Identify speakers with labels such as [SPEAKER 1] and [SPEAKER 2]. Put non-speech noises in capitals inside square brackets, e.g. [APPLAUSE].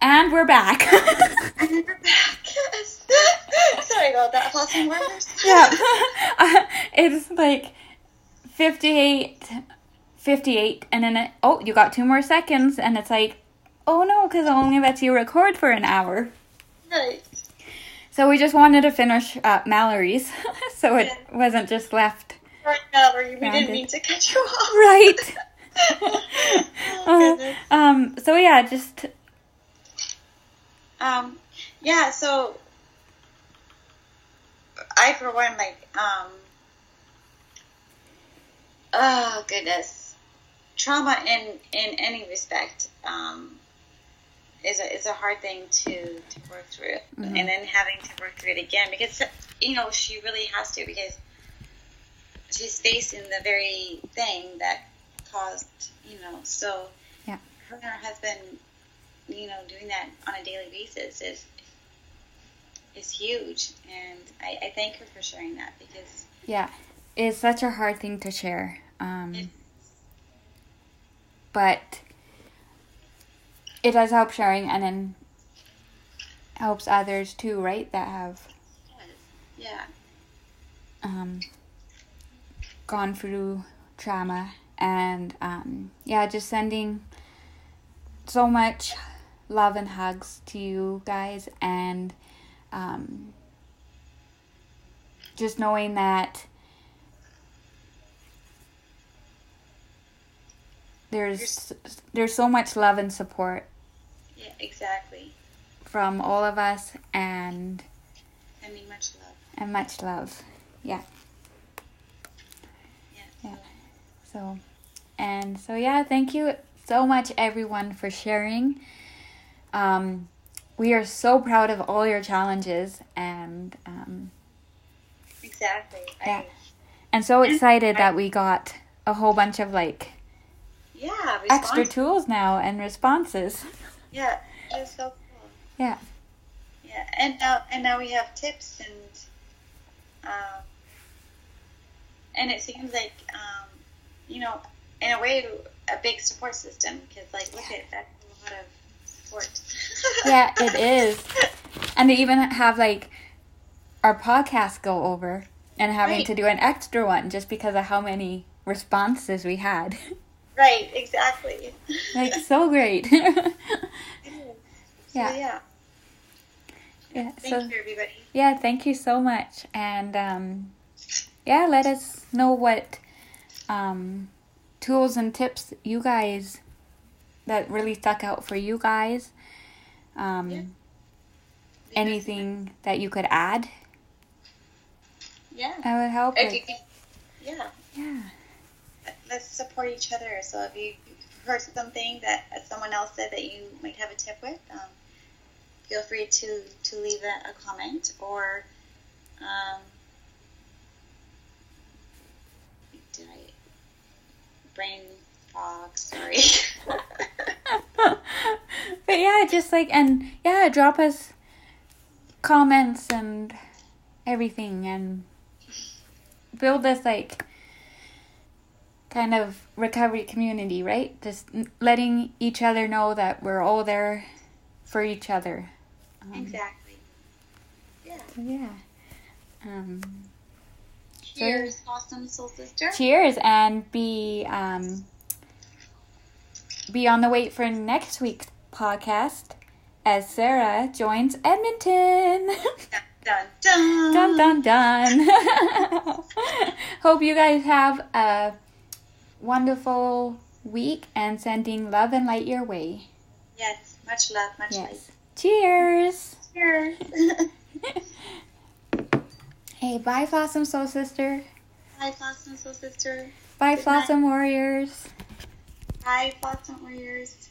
[SPEAKER 1] And we're back.
[SPEAKER 2] We're back. Sorry about that. I've lost my words.
[SPEAKER 1] [LAUGHS] yeah. it's like 58, 58, and then, it, oh, you got two more seconds, and it's like, oh no, because I only let you record for an hour.
[SPEAKER 2] Right.
[SPEAKER 1] So we just wanted to finish uh, Mallory's, [LAUGHS] so it wasn't just left.
[SPEAKER 2] Right, Mallory. We
[SPEAKER 1] Grounded.
[SPEAKER 2] didn't mean to cut you off.
[SPEAKER 1] Right.
[SPEAKER 2] [LAUGHS] oh,
[SPEAKER 1] Uh,
[SPEAKER 2] goodness.
[SPEAKER 1] [LAUGHS] um. So yeah, just
[SPEAKER 2] Um, yeah, so I, for one, like, um, oh, goodness. Trauma in, in any respect um, is, a, is a hard thing to, to work through. And then having to work through it again because, you know, she really has to because she's facing the very thing that caused, you know, so
[SPEAKER 1] Yeah.
[SPEAKER 2] her and her husband you know, doing that on a daily basis is is huge, and I, I thank her for sharing that because
[SPEAKER 1] yeah, it's such a hard thing to share. Um,
[SPEAKER 2] it,
[SPEAKER 1] but it does help sharing, and then helps others too, right? That have
[SPEAKER 2] yeah,
[SPEAKER 1] um gone through trauma, and um yeah, just sending so much love and hugs to you guys, and um just knowing that there's there's so much love and support
[SPEAKER 2] yeah, exactly.
[SPEAKER 1] from all of us and
[SPEAKER 2] Sending much love.
[SPEAKER 1] and much love yeah
[SPEAKER 2] Yeah.
[SPEAKER 1] Yeah.
[SPEAKER 2] So,
[SPEAKER 1] so and so yeah thank you so much everyone for sharing um we are so proud of all your challenges and um
[SPEAKER 2] exactly.
[SPEAKER 1] Yeah.
[SPEAKER 2] I,
[SPEAKER 1] and so excited that we got a whole bunch of like
[SPEAKER 2] yeah.
[SPEAKER 1] extra
[SPEAKER 2] response-
[SPEAKER 1] tools now and responses
[SPEAKER 2] Yeah. It was so cool.
[SPEAKER 1] yeah
[SPEAKER 2] Yeah, and now and now we have tips and um, and it seems like um, you know, in a way, a big support system because like look at that a lot of support. [LAUGHS]
[SPEAKER 1] yeah it is and they even have like our podcast go over and having
[SPEAKER 2] Right.
[SPEAKER 1] to do an extra one just because of how many responses we had [LAUGHS]
[SPEAKER 2] Right, exactly.
[SPEAKER 1] like so great [LAUGHS]
[SPEAKER 2] [LAUGHS] yeah.
[SPEAKER 1] yeah
[SPEAKER 2] So, yeah.
[SPEAKER 1] Yeah,
[SPEAKER 2] Thank
[SPEAKER 1] so
[SPEAKER 2] you, everybody.
[SPEAKER 1] yeah, thank you so much, and um, yeah, let us know what um, tools and tips you guys that really stuck out for you guys. Um,
[SPEAKER 2] Yeah.
[SPEAKER 1] anything that you could add
[SPEAKER 2] Yeah.
[SPEAKER 1] that would help.
[SPEAKER 2] If you
[SPEAKER 1] like-
[SPEAKER 2] can, yeah.
[SPEAKER 1] yeah,
[SPEAKER 2] Let's support each other. So if you heard something that someone else said that you might have a tip with, um, feel free to to leave a, a comment or. Um, did I brain fog?
[SPEAKER 1] [LAUGHS]
[SPEAKER 2] Sorry. [LAUGHS]
[SPEAKER 1] but yeah, just like and yeah, drop us comments and everything and build this like kind of recovery community, right? Just n- letting each other know that we're all there for each other. Um,
[SPEAKER 2] exactly. Yeah.
[SPEAKER 1] Yeah. Um,
[SPEAKER 2] Cheers, awesome soul sister.
[SPEAKER 1] cheers and be um be on the wait for next week's podcast as Sarah joins Edmonton. [LAUGHS]
[SPEAKER 2] Dun dun.
[SPEAKER 1] dun dun dun. [LAUGHS] Hope you guys have a wonderful week and sending love and light your way.
[SPEAKER 2] Yes, much love, much
[SPEAKER 1] Yes. Cheers.
[SPEAKER 2] [LAUGHS] love.
[SPEAKER 1] Hey, bye Flossom Soul Sister.
[SPEAKER 2] Hi, Flossom Soul Sister.
[SPEAKER 1] Bye
[SPEAKER 2] Good night.
[SPEAKER 1] Flossom Warriors.
[SPEAKER 2] Hi, Flossom Warriors.